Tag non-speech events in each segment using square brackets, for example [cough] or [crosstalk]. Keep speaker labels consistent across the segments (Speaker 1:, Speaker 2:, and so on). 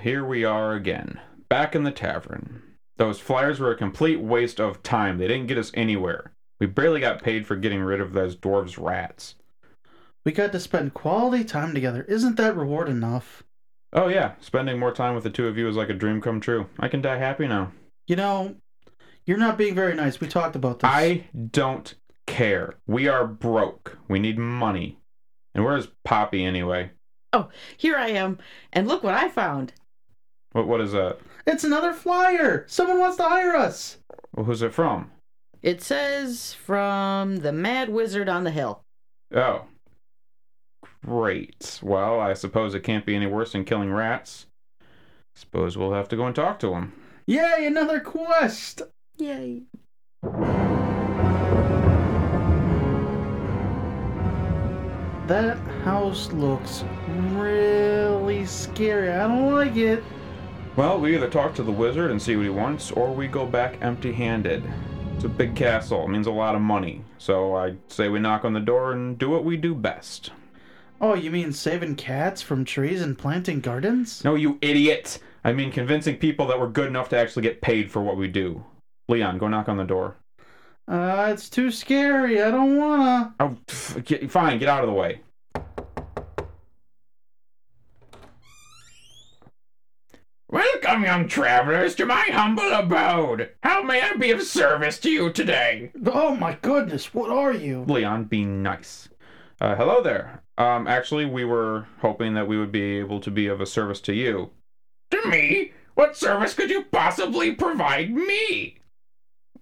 Speaker 1: here we are again, back in the tavern. Those flyers were a complete waste of time. They didn't get us anywhere. We barely got paid for getting rid of those dwarves' rats.
Speaker 2: We got to spend quality time together. Isn't that reward enough?
Speaker 1: Oh, yeah, spending more time with the two of you is like a dream come true. I can die happy now.
Speaker 2: You know, you're not being very nice. We talked about this.
Speaker 1: I don't care. We are broke. We need money. And where's Poppy anyway?
Speaker 3: Here I am, and look what I found.
Speaker 1: What what is that?
Speaker 2: It's another flyer. Someone wants to hire us.
Speaker 1: Well, who's it from?
Speaker 3: It says from the Mad Wizard on the Hill.
Speaker 1: Oh. Great. Well, I suppose it can't be any worse than killing rats. Suppose we'll have to go and talk to him.
Speaker 2: Yay, another quest.
Speaker 3: Yay.
Speaker 2: That house looks really scary. I don't like it.
Speaker 1: Well, we either talk to the wizard and see what he wants, or we go back empty handed. It's a big castle, it means a lot of money. So I say we knock on the door and do what we do best.
Speaker 2: Oh, you mean saving cats from trees and planting gardens?
Speaker 1: No, you idiot! I mean convincing people that we're good enough to actually get paid for what we do. Leon, go knock on the door.
Speaker 2: Uh, it's too scary. I don't wanna.
Speaker 1: Oh, pff, get, fine, get out of the way. Welcome, young travelers, to my humble abode. How may I be of service to you today?
Speaker 2: Oh my goodness, what are you?
Speaker 1: Leon, be nice. Uh, hello there. Um, actually, we were hoping that we would be able to be of a service to you.
Speaker 4: To me? What service could you possibly provide me?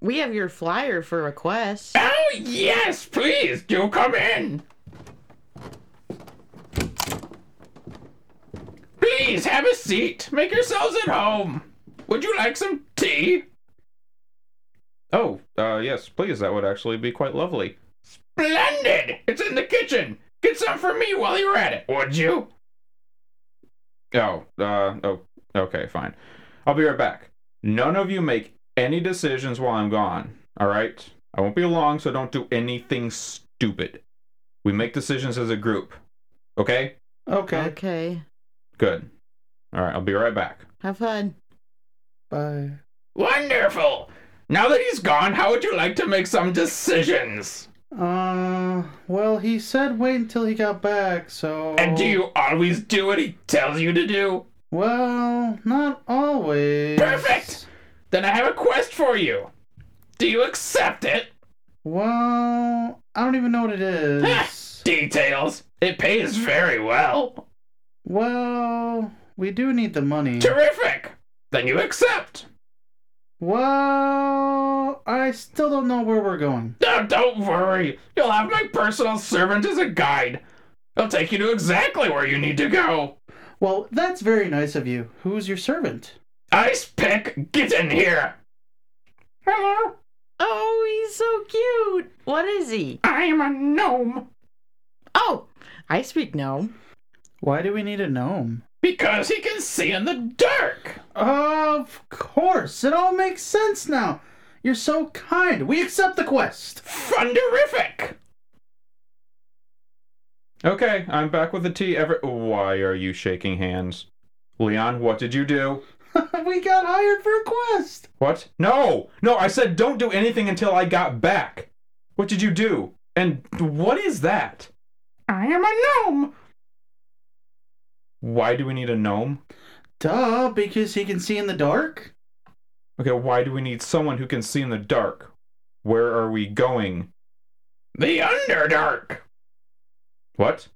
Speaker 3: We have your flyer for requests.
Speaker 4: Oh, yes, please do come in. Please have a seat. Make yourselves at home. Would you like some tea?
Speaker 1: Oh, uh, yes, please. That would actually be quite lovely.
Speaker 4: Splendid! It's in the kitchen. Get some for me while you're at it, would you?
Speaker 1: Oh, uh, oh, okay, fine. I'll be right back. None of you make any decisions while I'm gone. All right? I won't be long, so don't do anything stupid. We make decisions as a group. Okay?
Speaker 2: Okay,
Speaker 3: Okay.
Speaker 1: Good. All right, I'll be right back.
Speaker 3: Have fun.
Speaker 2: bye.
Speaker 4: Wonderful! Now that he's gone, how would you like to make some decisions?
Speaker 2: Uh, well, he said wait until he got back, so.
Speaker 4: And do
Speaker 1: Oh.
Speaker 4: you always do what he tells you to do?
Speaker 2: Well, not always.
Speaker 4: Perfect! Then I have a quest for you. Do you accept it?
Speaker 2: Well, I don't even know what it is.
Speaker 4: Details. It pays very well.
Speaker 2: well, we do need the
Speaker 1: Mm.
Speaker 2: money.
Speaker 4: Terrific! Then you accept.
Speaker 2: Well, I still don't know where we're going.
Speaker 4: Oh, don't worry. You'll have my personal servant as a guide. He'll take you to exactly where you need to go.
Speaker 2: Well, that's very nice of you. Who's your servant?
Speaker 4: Ice pick, get in here. Hello,
Speaker 3: Oh, he's so cute. What is he?
Speaker 4: I am a gnome.
Speaker 3: Oh, I speak gnome.
Speaker 2: Why do we need a gnome?
Speaker 4: Because he can see in the dark.
Speaker 2: Of course, it all makes sense now. You're so kind. We accept the quest. [laughs]
Speaker 4: Funderific.
Speaker 1: Okay, I'm back with the tea. Every- Why are you shaking hands? Leon, what did you do?
Speaker 2: we got hired for a quest.
Speaker 1: What? No! No, I said don't do anything until I got back. What did you do? And what is that?
Speaker 4: I am a gnome.
Speaker 1: Why do we need a gnome?
Speaker 2: Duh, because he can see in the dark.
Speaker 1: Okay, why do we need someone who can see in the dark? Where are we going?
Speaker 4: The Underdark.
Speaker 1: What?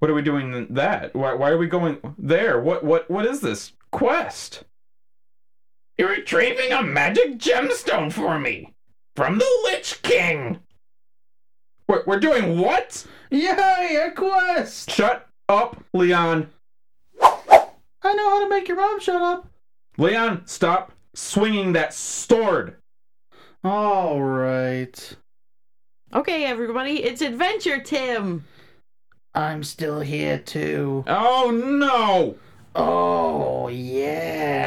Speaker 1: What are we doing in that? Why, why are we going there? What what what is this quest?
Speaker 4: You're retrieving a magic gemstone for me from the Lich King.
Speaker 1: We're, we're doing what?
Speaker 2: Yay, a quest!
Speaker 1: Shut up, Leon.
Speaker 2: I know how to make your mom shut up.
Speaker 1: Leon, stop swinging that sword.
Speaker 2: All right.
Speaker 3: Okay, everybody, it's Adventure Tim.
Speaker 2: I'm still here too.
Speaker 1: Oh no.
Speaker 2: Oh, yeah.